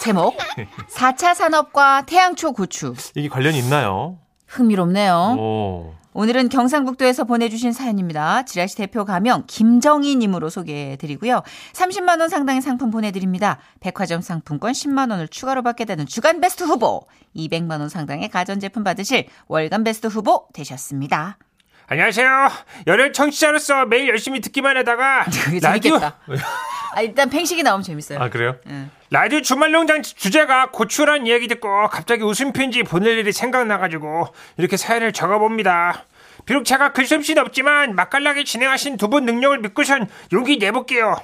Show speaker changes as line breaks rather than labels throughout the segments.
제목 4차 산업과 태양초 고추.
이게 관련이 있나요?
어?
흥미롭네요.
오.
오늘은 경상북도에서 보내주신 사연입니다. 지라시 대표 가명 김정희님으로 소개해드리고요. 30만 원 상당의 상품 보내드립니다. 백화점 상품권 10만 원을 추가로 받게 되는 주간 베스트 후보, 200만 원 상당의 가전제품 받으실 월간 베스트 후보 되셨습니다.
안녕하세요. 열혈 청취자로서 매일 열심히 듣기만 하다가
되게
라디오
재밌겠다. 아, 일단 팽식이 나오면 재밌어요.
아, 그래요?
네.
예.
라디오 주말 농장 주제가 고추란 이야기 듣고 갑자기 웃음 편지 보낼 일이 생각나가지고 이렇게 사연을 적어봅니다. 비록 제가 글솜씨는 없지만 맛깔나게 진행하신 두 분 능력을 믿고선 용기 내볼게요.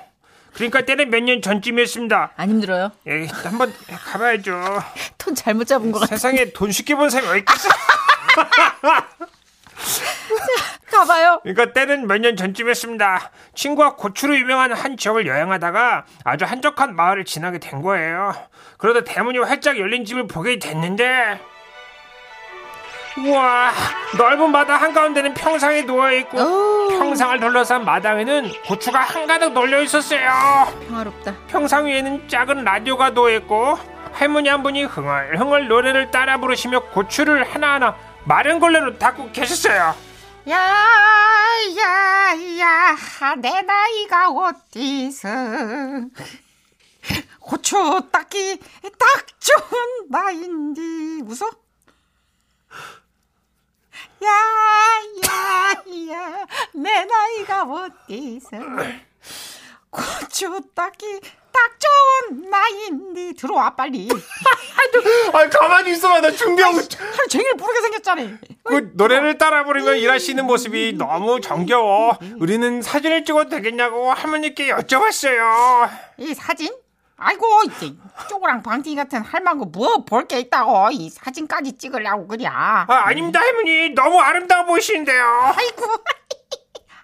그러니까 때는 몇 년 전쯤이었습니다.
안 힘들어요?
예, 한번 가봐야죠.
톤 잘못 잡은 것 같아.
세상에 돈 쉽게 본 사람이 어디 있겠어?
가봐요.
그러니까 때는 몇 년 전쯤이었습니다. 친구와 고추로 유명한 한 지역을 여행하다가 아주 한적한 마을을 지나게 된 거예요. 그러다 대문이 활짝 열린 집을 보게 됐는데 우와 넓은 마당 한가운데는 평상이 놓여있고
오.
평상을 둘러싼 마당에는 고추가 한가득 널려 있었어요.
평화롭다.
평상 위에는 작은 라디오가 놓여있고 할머니 한 분이 흥얼흥얼 노래를 따라 부르시며 고추를 하나하나 마른 걸레로 닦고 계셨어요.
야, 야, 야, 내 나이가 어디서. 고추 닦기 딱 좋은 나인디. 웃어? 야, 야, 야, 내 나이가 어디서. 고추 닦기 딱 좋은 나인디. 들어와, 빨리.
아, 가만히 있어봐. 나 준비하고.
하루 종일 부르게 생겼잖아.
그 노래를 따라 부르며 일하시는 모습이 너무 정겨워. 우리는 사진을 찍어도 되겠냐고 할머니께 여쭤봤어요.
이 사진? 아이고 이제 쪼그랑 방ting 같은 할망구 뭐볼 게 있다고 이 사진까지 찍으려고 그래
아, 아닙니다, 할머니. 너무 아름다워 보이시는데요.
아이고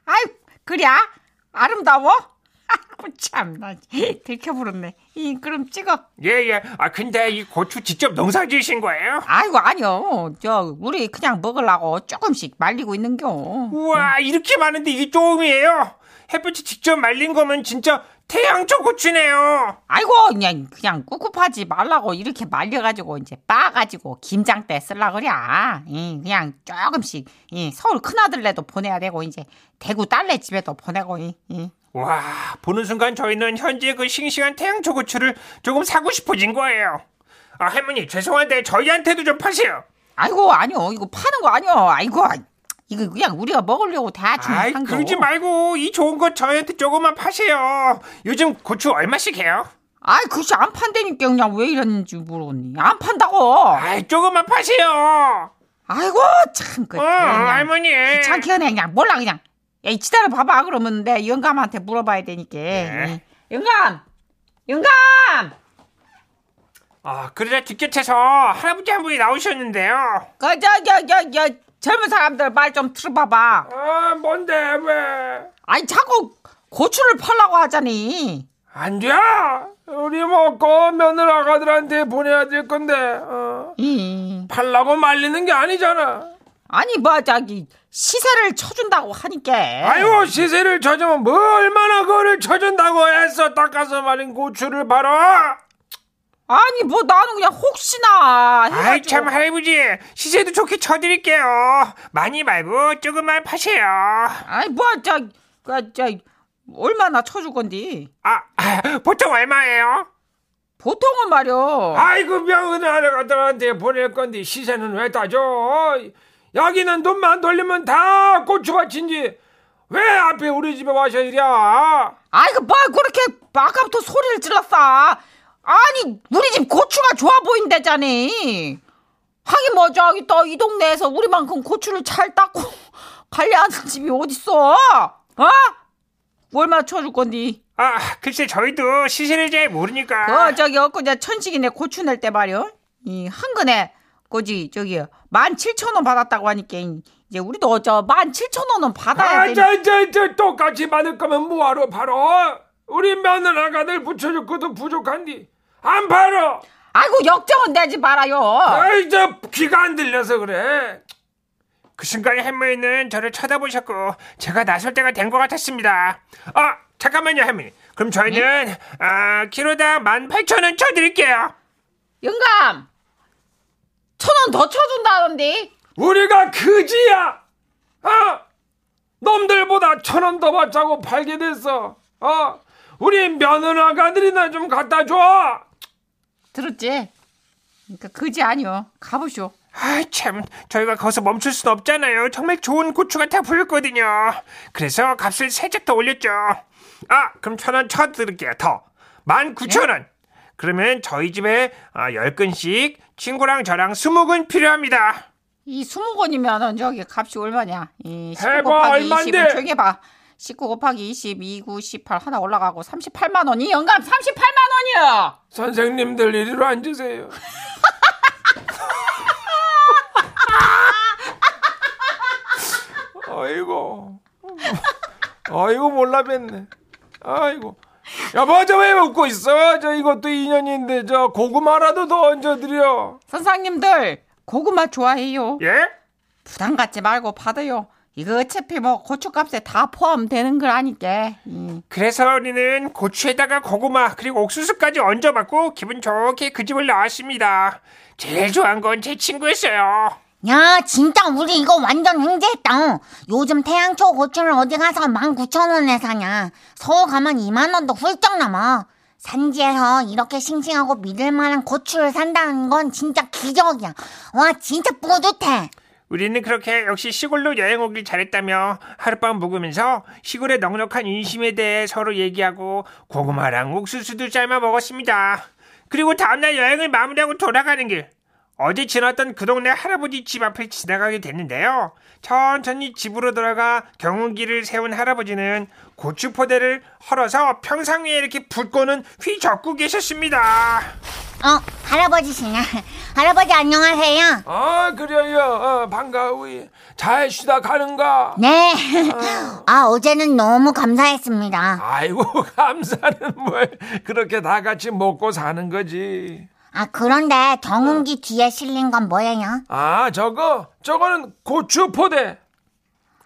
아이 그래 아름다워? 아이고 참나 들켜버렸네 이 그럼 찍어
예, 예. 아, 근데 이 고추 직접 농사 지으신 거예요?
아이고 아니요 저 우리 그냥 먹으려고 조금씩 말리고 있는겨
우와, 이렇게 많은데 이게 조금이에요? 햇볕이 직접 말린 거면 진짜 태양초 고추네요.
아이고 그냥 그냥 꿉꿉하지 말라고 이렇게 말려가지고 이제 빻아가지고 김장때 쓸라 그래. 이 그냥 조금씩 이 서울 큰아들네도 보내야 되고 이제 대구 딸네 집에도 보내고 예, 이, 이.
와, 보는 순간 저희는 현재 그 싱싱한 태양초 고추를 조금 사고 싶어진 거예요. 아, 할머니, 죄송한데 저희한테도 좀 파세요.
아이고 아니요 이거 파는 거 아니요. 아이고 아이, 이거 그냥 우리가 먹으려고 대충
아이
한 거.
그러지 말고 이 좋은 거 저희한테 조금만 파세요. 요즘 고추 얼마씩 해요?
아이 글쎄 안 판다니까 그냥 왜 이러는지 모르겠니. 안 판다고.
아이 조금만 파세요.
아이고 참 그.
어
그냥
할머니.
귀찮게 하네 그냥 몰라 그냥 야, 이 지다를 봐봐 그러면 내 영감한테 물어봐야 되니까 예.
네.
영감 영감
아 그러다 뒷곁에서 할아버지 한 분이 나오셨는데요.
그, 그저저저저 젊은 사람들 말 좀 들어봐봐
아 뭔데 왜?
아니 자꾸 고추를 팔라고 하자니
안 돼. 우리 뭐 먹고 며느라가들한테 보내야 될 건데 어.
이.
팔라고 말리는 게 아니잖아.
아니 뭐 저기 시세를 쳐준다고 하니까
아이고 시세를 쳐주면 뭐 얼마나 그거를 쳐준다고 했어. 닦아서 말린 고추를 바로.
아니, 뭐 나는 그냥 혹시나
아이
해가지고
참 할아버지 시세도 좋게 쳐드릴게요 많이 말고 조금만 파세요
아니 뭐, 뭐저저 얼마나 쳐줄 건디
아, 아, 보통 얼마예요?
보통은 말이야
아이고 명은 아들한테 보낼 건데 시세는 왜 따져 여기는 돈만 돌리면 다 고추밭인지 왜 앞에 우리 집에 와서 이랴
아이고 뭐 그렇게 아까부터 소리를 질렀어 아니 우리 집 고추가 좋아 보인다자니 하긴 뭐 저기 또 이 동네에서 우리만큼 고추를 잘 닦고 관리하는 집이 어딨어 어? 얼마 쳐줄 건디
아 글쎄 저희도 시세를 잘 모르니까
어 저기 엊그제 천식이네 고추 낼 때 말이요 이 한 근에 거지 저기 만 칠천 원 받았다고 하니까 이제 우리도 저만 칠천 원은 받아야 되니
아저저저 똑같이 받을 거면 뭐하러 팔어 우리 며느라가들 붙여줄 것도 부족한디 안 팔어
아이고 역정은 내지 말아요
아이 저 귀가 안 들려서 그래. 그 순간 할머니는 저를 쳐다보셨고 제가 나설 때가 된 것 같았습니다. 어, 아 잠깐만요 할머니. 그럼 저희는 아 키로당 18,000원 쳐드릴게요.
영감 천 원 더 쳐준다던데
우리가 그지야. 아, 놈들보다 천 원 더 받자고 팔게 됐어. 어, 우리 며느라가들이나 좀 갖다 줘.
들었지? 그러니까 그지 아니요 가보쇼
아, 참, 저희가 거기서 멈출 순 없잖아요. 정말 좋은 고추가 다 보였거든요. 그래서 값을 살짝 더 올렸죠. 아, 그럼 천 원 쳐드릴게요, 더. 만 구천 원. 그러면 저희 집에 아, 열 근씩 친구랑 저랑 스무 근 필요합니다.
이 20권이면은 저기 값이 얼마냐 이 19
해봐,
곱하기
얼만데?
20을 조용히 해봐 19 곱하기 20 2, 9, 18 하나 올라가고 38만원 이 영감 38만원이요
선생님들 이리로 앉으세요. 아이고. 아이고 몰라 뵀네. 아이고. 야, 뭐저 왜 웃고 있어? 저 이것도 인연인데 저 고구마라도 더 얹어 드려.
선생님들 고구마 좋아해요
예?
부담 갖지 말고 받아요 이거 어차피 뭐 고추값에 다 포함되는 걸 아니까 음.
그래서 우리는 고추에다가 고구마 그리고 옥수수까지 얹어 받고 기분 좋게 그 집을 나왔습니다. 제일 좋아한 건 제 친구였어요.
야, 진짜 우리 이거 완전 횡재했다. 요즘 태양초 고추를 어디 가서 19,000원에 사냐. 서울 가면 2만원도 훌쩍 넘어. 산지에서 이렇게 싱싱하고 믿을 만한 고추를 산다는 건 진짜 기적이야. 와, 진짜 뿌듯해.
우리는 그렇게 역시 시골로 여행 오길 잘했다며 하룻밤 묵으면서 시골의 넉넉한 인심에 대해 서로 얘기하고 고구마랑 옥수수도 삶아 먹었습니다. 그리고 다음날 여행을 마무리하고 돌아가는 길 어제 지났던 그 동네 할아버지 집 앞을 지나가게 됐는데요. 천천히 집으로 돌아가 경운기를 세운 할아버지는 고추 포대를 헐어서 평상위에 이렇게 붓고는 휘젓고 계셨습니다.
어, 할아버지시네. 할아버지 안녕하세요.
아 그래요 반가워 잘 쉬다 가는가
네. 아, 어제는 너무 감사했습니다.
아이고 감사는 뭘 그렇게 다 같이 먹고 사는 거지.
아, 그런데 경운기 뒤에 실린 건 뭐예요?
아 저거 저거는 고추 포대.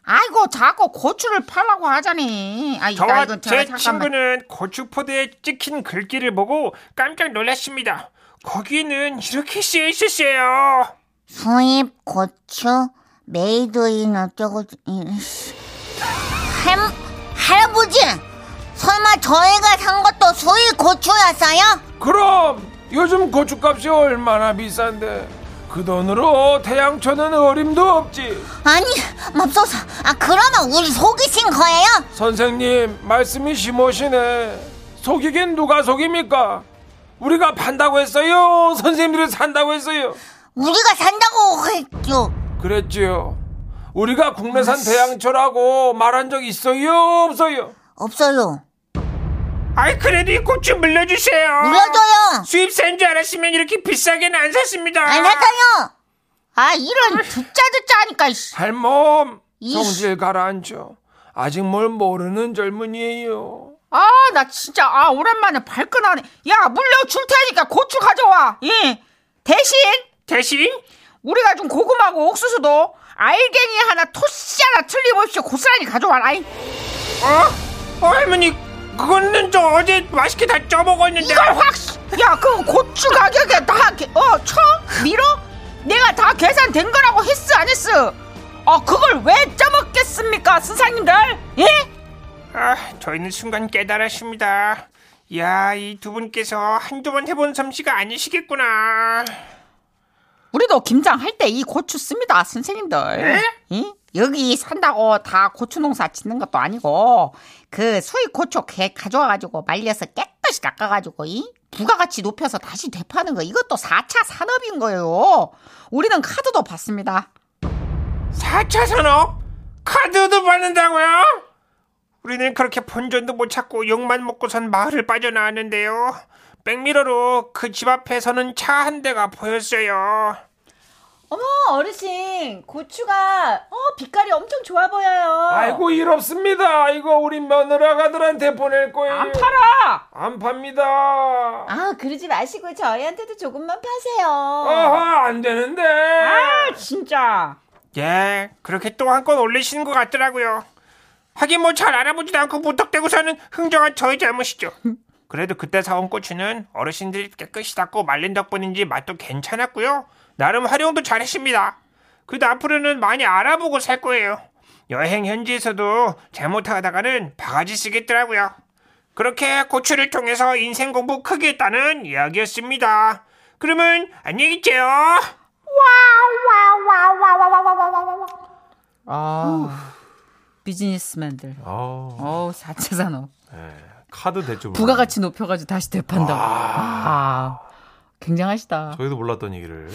아이고 자꾸 고추를 팔라고 하자니 아 이거
저와
이거
제
잠깐만.
친구는 고추 포대에 찍힌 글귀를 보고 깜짝 놀랐습니다. 거기는 이렇게 쓰여 있었어요.
수입 고추 메이드 인 어쩌고 이씨. 할, 할아버지 설마 저희가 산 것도 수입 고추였어요?
그럼 요즘 고추값이 얼마나 비싼데 그 돈으로 태양초는 어림도 없지.
아니 맙소사 아 그러면 우리 속이신 거예요?
선생님 말씀이 심오시네 속이긴 누가 속입니까 우리가 판다고 했어요 선생님들이 산다고 했어요
우리가 산다고 했죠
그랬지요 우리가 국내산 대양초라고 말한 적 있어요 없어요
없어요
아이 그래도 이 고추 물려주세요
물려줘요
수입산 줄 알았으면 이렇게 비싸게는 안 샀습니다
안 샀어요
아 이런 듣자 듣자 하니까 이씨.
할멈
이씨.
성질 가라앉혀 아직 뭘 모르는 젊은이에요
아 나 진짜 아 오랜만에 발끈하네 야 물려줄 테니까 고추 가져와 예 대신
대신
우리가 준 고구마고 옥수수도 알갱이 하나 토시 하나 틀림없이 고스란히 가져와라 아이.
어? 어 할머니 그거는 저 어제 맛있게 다 쪄먹었는데
이걸 확 야 그 고추 가격에 다어쳐 밀어 내가 다 계산된 거라고 했어 안 했어 어 그걸 왜 짜먹겠습니까 선생님들 예?
아, 저희는 순간 깨달았습니다. 이야, 이 두 분께서 한두 번 해본 솜씨가 아니시겠구나.
우리도 김장할 때 이 고추 씁니다, 선생님들. 응? 여기 산다고 다 고추 농사 짓는 것도 아니고 그 수입 고추 개 가져와가지고 말려서 깨끗이 깎아가지고 이 부가가치 높여서 다시 되파는 거 이것도 4차 산업인 거예요. 우리는 카드도 받습니다.
4차 산업? 카드도 받는다고요? 우리는 그렇게 본전도 못 찾고 욕만 먹고선 마을을 빠져나왔는데요. 백미러로 그 집 앞에서는 차 한 대가 보였어요.
어머 어르신 고추가 어 빛깔이 엄청 좋아 보여요.
일 없습니다. 이거 우리 며느라가들한테 보낼 거예요.
안 팔아.
안 팝니다.
아 그러지 마시고 저희한테도 조금만 파세요.
아하, 안 되는데.
아 진짜.
예, 그렇게 또 한 건 올리시는 것 같더라고요. 하긴 뭐 잘 알아보지도 않고 무턱대고 사는 흥정한 저의 잘못이죠.
그래도 그때 사온 고추는 어르신들이 깨끗이 닦고 말린 덕분인지 맛도 괜찮았고요. 나름 활용도 잘했습니다. 그래도 앞으로는 많이 알아보고 살 거예요. 여행 현지에서도 잘못하다가는 바가지 쓰겠더라고요. 그렇게 고추를 통해서 인생 공부 크게 했다는 이야기였습니다. 그러면 안녕히 계세요.
아 비즈니스맨들.
아,
어우 사채 산업.
예. 카드 대출.
부가가치 높여가지고 다시 대판다. 아 굉장하시다.
저희도 몰랐던 얘기를.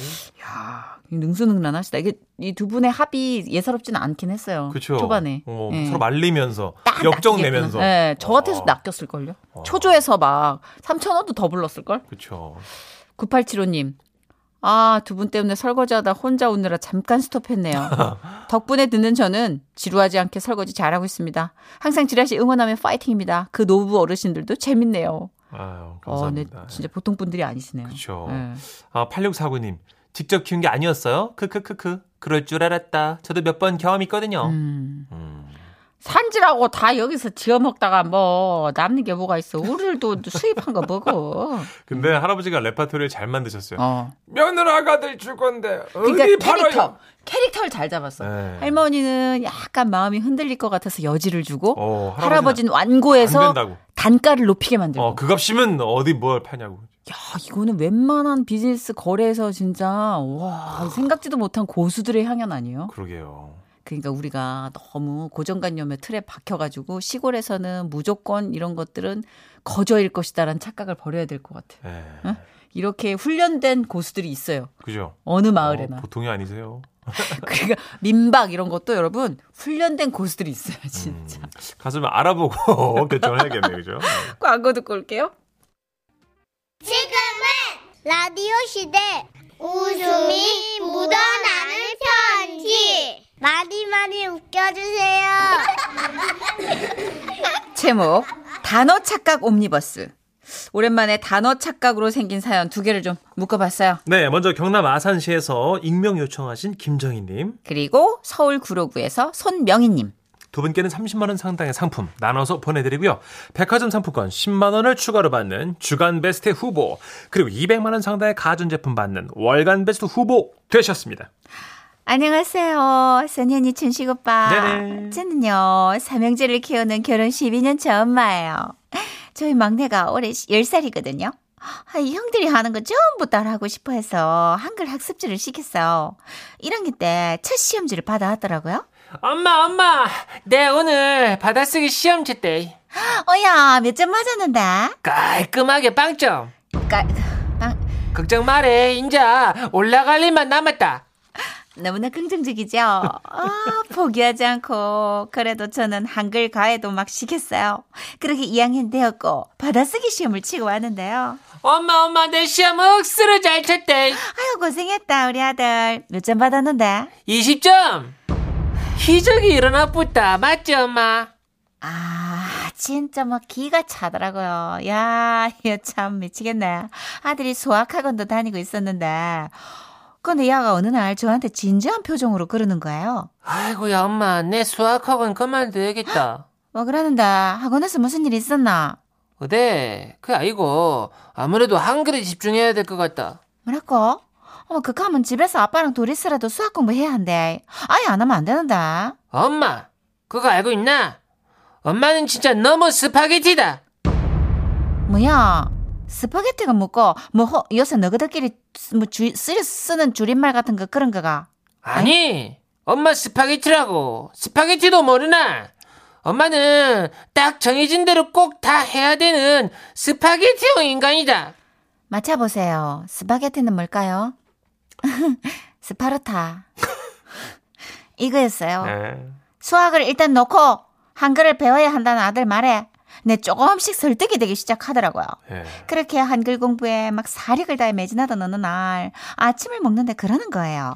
야 능수능란하시다. 이게 이 두 분의 합이 예사롭지는 않긴 했어요.
그쵸.
초반에
어,
예.
서로 말리면서
딱
역정
낚이겠구나.
내면서.
네, 저 같아서
어.
낚였을걸요. 초조해서 막 3천 원도 더 불렀을걸.
그쵸.
9875님. 아, 두 분 때문에 설거지하다 혼자 오느라 잠깐 스톱했네요. 덕분에 듣는 저는 지루하지 않게 설거지 잘하고 있습니다. 항상 지라시 응원하며 파이팅입니다. 그 노부 어르신들도 재밌네요.
아유,
어, 네,
감사합니다.
진짜 보통 분들이 아니시네요.
그쵸.
예.
아, 8649님. 직접 키운 게 아니었어요? 크크크크. 그럴 줄 알았다. 저도 몇 번 경험 있거든요.
음.
음.
산지라고 다 여기서 지어 먹다가 뭐 남는 게 뭐가 있어. 우리를 또 수입한 거 뭐고.
근데 할아버지가 레파토리를 잘 만드셨어요.
어.
며느라가들 줄 건데
그러니까 캐릭터. 캐릭터를 잘 잡았어.
네.
할머니는 약간 마음이 흔들릴 것 같아서 여지를 주고
어,
할아버지는
안
완고해서
된다고.
단가를 높이게 만들고.
어, 그 값이면 어디 뭘 파냐고.
야, 이거는 웬만한 비즈니스 거래에서 진짜 와, 생각지도 못한 고수들의 향연 아니에요?
그러게요.
그러니까 우리가 너무 고정관념의 틀에 박혀 가지고 시골에서는 무조건 이런 것들은 거저일 것이다라는 착각을 버려야 될 것 같아요.
예.
이렇게 훈련된 고수들이 있어요.
그죠?
어느
어,
마을에나.
보통이 아니세요.
그러니까 민박 이런 것도 여러분 훈련된 고수들이 있어요, 진짜.
음. 가서 좀 알아보고 결정을 해야겠네요. 그죠?
광고 듣고 올게요.
지금은 라디오 시대 웃음이 묻어나는 편지 많이 많이 웃겨주세요
제목 단어 착각 옴니버스. 오랜만에 단어 착각으로 생긴 사연 두 개를 좀 묶어봤어요.
네, 먼저 경남 아산시에서 익명 요청하신 김정희님.
그리고 서울 구로구에서 손명희님.
두 분께는 30만원 상당의 상품 나눠서 보내드리고요. 백화점 상품권 10만원을 추가로 받는 주간 베스트 후보, 그리고 200만원 상당의 가전제품 받는 월간 베스트 후보 되셨습니다.
안녕하세요. 선현이 춘식 오빠.
네네.
저는요, 삼형제를 키우는 결혼 12년 차 엄마예요. 저희 막내가 올해 10살이거든요. 아, 이 형들이 하는 거 전부 따라하고 싶어 해서 한글 학습지를 시켰어요. 1학년 때 첫 시험지를 받아왔더라고요.
엄마 엄마 내 오늘 받아쓰기 시험지 때
어야, 몇 점 맞았는데?
깔끔하게 빵점
깔,
아,
빵,
걱정 말해 인자 올라갈 일만 남았다
너무나 긍정적이죠? 아, 포기하지 않고, 그래도 저는 한글 가해도 막 시켰어요. 그렇게 2학년 되었고, 받아쓰기 시험을 치고 왔는데요.
엄마 엄마 내 시험 억수로 잘 쳤대
아유, 고생했다, 우리 아들. 몇 점 받았는데?
20점 희적이 일어나쁘다 맞지 엄마
아, 진짜 뭐 기가 차더라고요. 야, 이거 참 미치겠네. 아들이 수학학원도 다니고 있었는데. 근데 야가 어느 날 저한테 진지한 표정으로 그러는 거예요.
아이고야 엄마 내 수학학원 그만둬야겠다
뭐 그러는데, 학원에서 무슨 일 있었나?
어데 그게 아니고 아무래도 한글에 집중해야 될 것 같다
뭐라고? 어머, 그거 하면 집에서 아빠랑 둘이서라도 수학 공부해야 한대. 아예 안 하면 안 되는데.
엄마 그거 알고 있나 엄마는 진짜 너무 스파게티다
뭐야? 스파게티가 뭐고, 뭐, 허, 요새 너희들끼리 뭐 주, 쓰, 쓰는 줄임말 같은 거 그런 거가.
아니, 엄마 스파게티라고. 스파게티도 모르나? 엄마는 딱 정해진 대로 꼭 다 해야 되는 스파게티형 인간이다.
맞춰보세요. 스파게티는 뭘까요? 스파르타.
아.
이거였어요.
네.
수학을 일단 놓고, 한글을 배워야 한다는 아들 말에, 내 조금씩 설득이 되기 시작하더라고요.
예.
네.
그렇게 한글 공부에 막 사력을 다해 매진하던 어느 날 아침을 먹는데 그러는 거예요.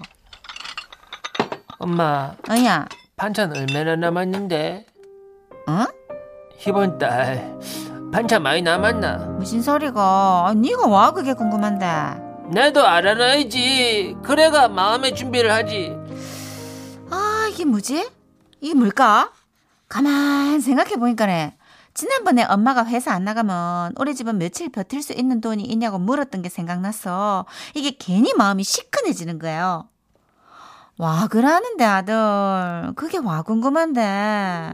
엄마,
어야,
반찬 얼마나 남았는데?
어?
이번 달 반찬 많이 남았나?
무슨 소리고? 아, 네가 와 그게 궁금한데. 아,
나도 알아놔야지. 그래가 마음의 준비를 하지.
아 이게 뭐지? 이게 뭘까? 가만 생각해 보니까네 지난번에 엄마가 회사 안 나가면 우리 집은 며칠 버틸 수 있는 돈이 있냐고 물었던 게 생각나서 이게 괜히 마음이 시큰해지는 거예요. 와 그러는데 아들 그게 와 궁금한데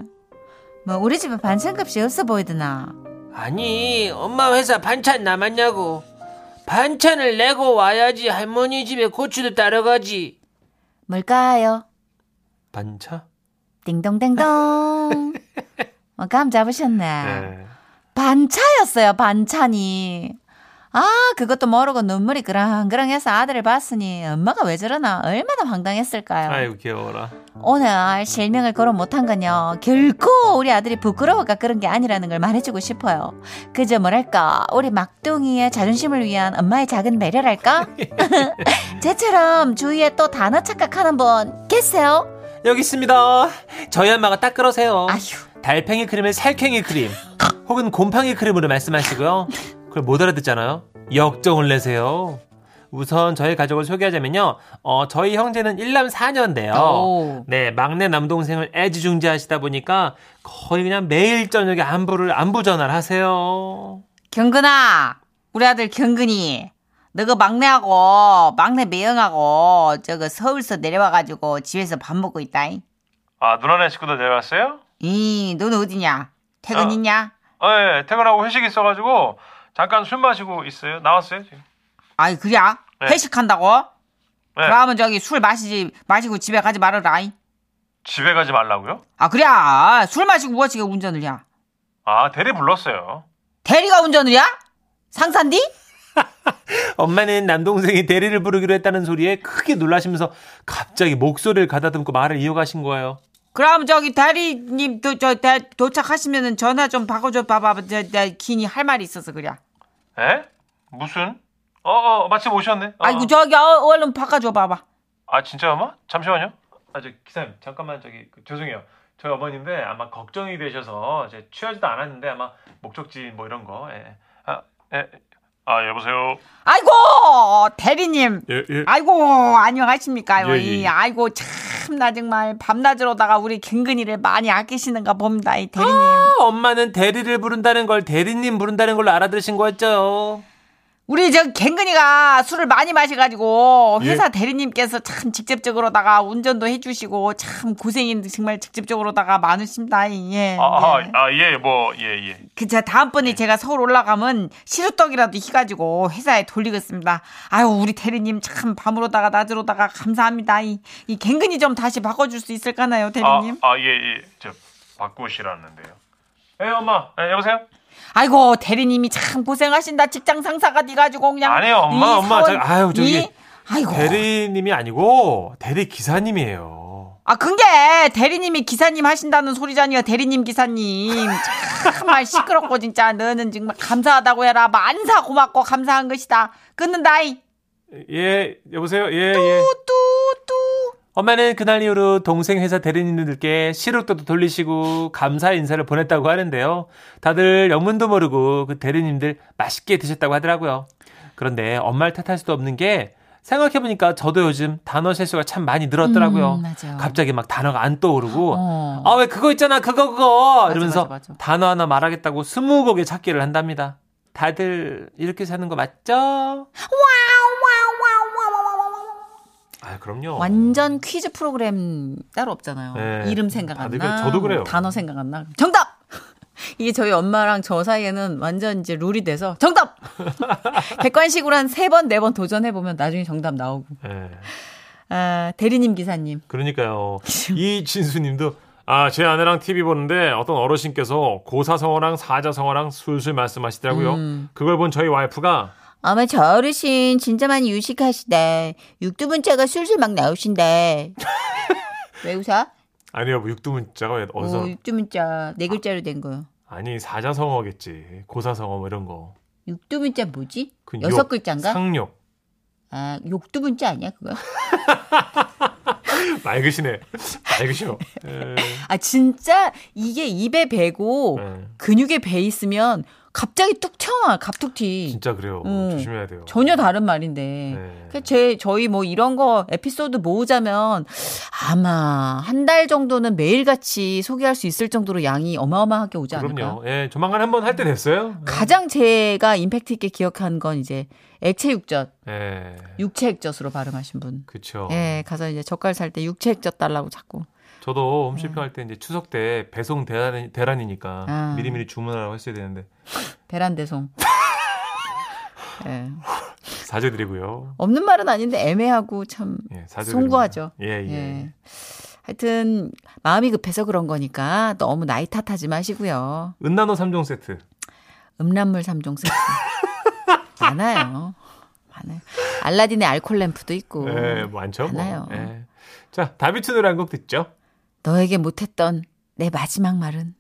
뭐 우리 집은 반찬값이 없어 보이드나
아니 엄마 회사 반찬 남았냐고 반찬을 내고 와야지 할머니 집에 고추도 따라가지
뭘까요?
반차?
띵동댕동 어, 감 잡으셨네
아.
반차였어요, 반찬이. 아, 그것도 모르고 눈물이 그랑그랑해서 아들을 봤으니 엄마가 왜 저러나 얼마나 황당했을까요.
아이고 귀여워라.
오늘 실명을 거론 못한 건요. 결코 우리 아들이 부끄러워가 그런 게 아니라는 걸 말해주고 싶어요. 그저 뭐랄까 우리 막둥이의 자존심을 위한 엄마의 작은 배려랄까. 쟤처럼 주위에 또 단어 착각하는 분 계세요?
여기 있습니다 저희 엄마가 딱 그러세요
아휴.
달팽이 크림을 살쾡이 크림 혹은 곰팡이 크림으로 말씀하시고요. 그걸 못 알아듣잖아요. 역정을 내세요. 우선 저희 가족을 소개하자면요. 어, 저희 형제는 1남 4녀인데요.
오.
네, 막내 남동생을 애지중지하시다 보니까 거의 그냥 매일 저녁에 안부를 안부 전화를 하세요.
경근아, 우리 아들 경근이, 너그 막내하고, 막내 매형하고, 저거 서울서 내려와가지고 집에서 밥 먹고 있다잉.
아 누나네 식구들 내려왔어요?
이, 너는 어디냐? 퇴근
어.
있냐?
아, 예, 퇴근하고 회식 있어가지고 잠깐 술 마시고 있어요. 나왔어요 지금.
아이 그래야
네.
회식한다고?
네.
그러면 저기 술 마시지 마시고 집에 가지 말아라잉.
집에 가지 말라고요?
아 그래야 술 마시고
뭐
무엇이게 운전을 해?
아 대리 불렀어요.
대리가 운전을 해? 상사인디?
엄마는 남동생이 대리를 부르기로 했다는 소리에 크게 놀라시면서 갑자기 목소리를 가다듬고 말을 이어가신 거예요.
그럼 저기 대리님 도, 저, 대, 도착하시면은 전화 좀 바꿔줘 봐봐. 저, 저, 기니 할 말이 있어서 그래.
에? 무슨? 어어 마침 오셨네. 어,
아이고
어.
저기 어, 얼른 바꿔줘 봐봐.
아 진짜 엄마? 잠시만요. 아저 기사님 잠깐만 저기 그, 죄송해요. 저희 어머님인데 아마 걱정이 되셔서 제 취하지도 않았는데 아마 목적지 뭐 이런 거. 예. 아 예. 아 여보세요.
아이고 대리님.
예 예.
아이고 안녕하십니까요.
예, 예,
이
예.
아이고 참 나 정말 밤낮으로다가 우리 경근이를 많이 아끼시는가 봅니다. 이 대리님.
엄마는 대리를 부른다는 걸 대리님 부른다는 걸로 알아들으신 거였죠.
우리 저 갱근이가 술을 많이 마셔가지고
예.
회사 대리님께서 참 직접적으로다가 운전도 해주시고 참 고생이 정말 직접적으로다가 많으십니다. 예. 예.
아아예뭐예 아, 예.
그자 다음번에 제가 서울 올라가면 시루떡이라도 희가지고 회사에 돌리겠습니다. 아유 우리 대리님 참 밤으로다가 낮으로다가 감사합니다. 이, 이 갱근이 좀 다시 바꿔줄 수 있을까나요 대리님?
아, 아아예예저 바꾸시라는데요. 예 엄마. 예, 여보세요.
아이고 대리님이 참 고생하신다. 직장
음,
상사가 돼가지고 그냥
안 해요, 엄마,
이
엄마.
사원-
저- 아유, 저기
이- 아이고
대리님이 아니고 대리 기사님이에요.
아, 근게 대리님이 기사님 하신다는 소리잖아요. 대리님 기사님. 정말 시끄럽고 진짜 너는 정말 감사하다고 해라. 만사 고맙고 감사한 것이다. 끊는다이.
예, 여보세요. 예, 예.
뚜뚜.
엄마는 그날 이후로 동생 회사 대리님들께 시록도도 돌리시고 감사 인사를 보냈다고 하는데요. 다들 영문도 모르고 그 대리님들 맛있게 드셨다고 하더라고요. 그런데 엄마를 탓할 수도 없는 게 생각해보니까 저도 요즘 단어 실수가 참 많이 늘었더라고요.
음, 맞아요.
갑자기 막 단어가 안 떠오르고
어.
아 왜 그거 있잖아 그거 그거 이러면서
맞아, 맞아.
단어 하나 말하겠다고 스무 곡의 찾기를 한답니다. 다들 이렇게 사는 거 맞죠?
아 그럼요.
완전 퀴즈 프로그램 따로 없잖아요.
네.
이름 생각 안
다들
나.
그래요. 저도 그래요.
단어 생각 안 나. 정답! 이게 저희 엄마랑 저 사이에는 완전 이제 룰이 돼서 정답! 객관식으로 한 세 번, 네 번 도전해보면 나중에 정답 나오고.
예.
아, 대리님 기사님.
그러니까요. 이진수님도 아 제 아내랑 TV 보는데 어떤 어르신께서 고사성어랑 사자성어랑 술술 말씀하시더라고요. 그걸 본 저희 와이프가
아마 저 어르신 진짜 많이 유식하시대. 육두문자가 술술 막 나오신대. 왜 웃어?
아니요 뭐 육두문자가 왜 어디서
오, 육두문자 네 글자로 된 거요.
아니 사자성어겠지 고사성어 뭐 이런 거.
육두문자 뭐지?
그
여섯
욕,
글자인가?
상욕
아, 욕두문자 아니야 그거?
맑으시네 맑으셔. 예.
아 진짜 이게 입에 배고
네.
예.
근육에 배 있으면 갑자기 뚝 튀어나와요. 갑툭튀.
진짜 그래요.
음.
조심해야 돼요.
전혀 다른 말인데.
네.
그제 저희 뭐 이런 거 에피소드 모으자면 아마 한 달 정도는 매일같이 소개할 수 있을 정도로 양이 어마어마하게 오지 않을까.
그럼요. 예, 조만간 한번 할 때 됐어요.
가장 제가 임팩트 있게 기억한 건 이제 액체 육젓,
예.
육체 액젓으로 발음하신 분.
그쵸.
예, 가서 이제 젓갈 살 때 육체 액젓 달라고 자꾸.
저도 홈쇼핑 할 때 이제 추석 때 배송 대란, 대란이니까
예. 아.
미리미리 주문하라고 했어야 되는데
베란 대송. 예.
사죄드리고요.
없는 말은 아닌데 애매하고 참
예, 사죄드립니다.
송구하죠.
예, 예.
예. 하여튼 마음이 급해서 그런 거니까 너무 나이 탓하지 마시고요.
은나노 3종 세트.
음란물 3종 세트. 많아요. 많아요. 알라딘의 알콜 램프도 있고.
예, 많죠. 뭐.
음. 많아요.
예. 자, 다비치 노래 한 곡 듣죠.
너에게 못했던 내 마지막 말은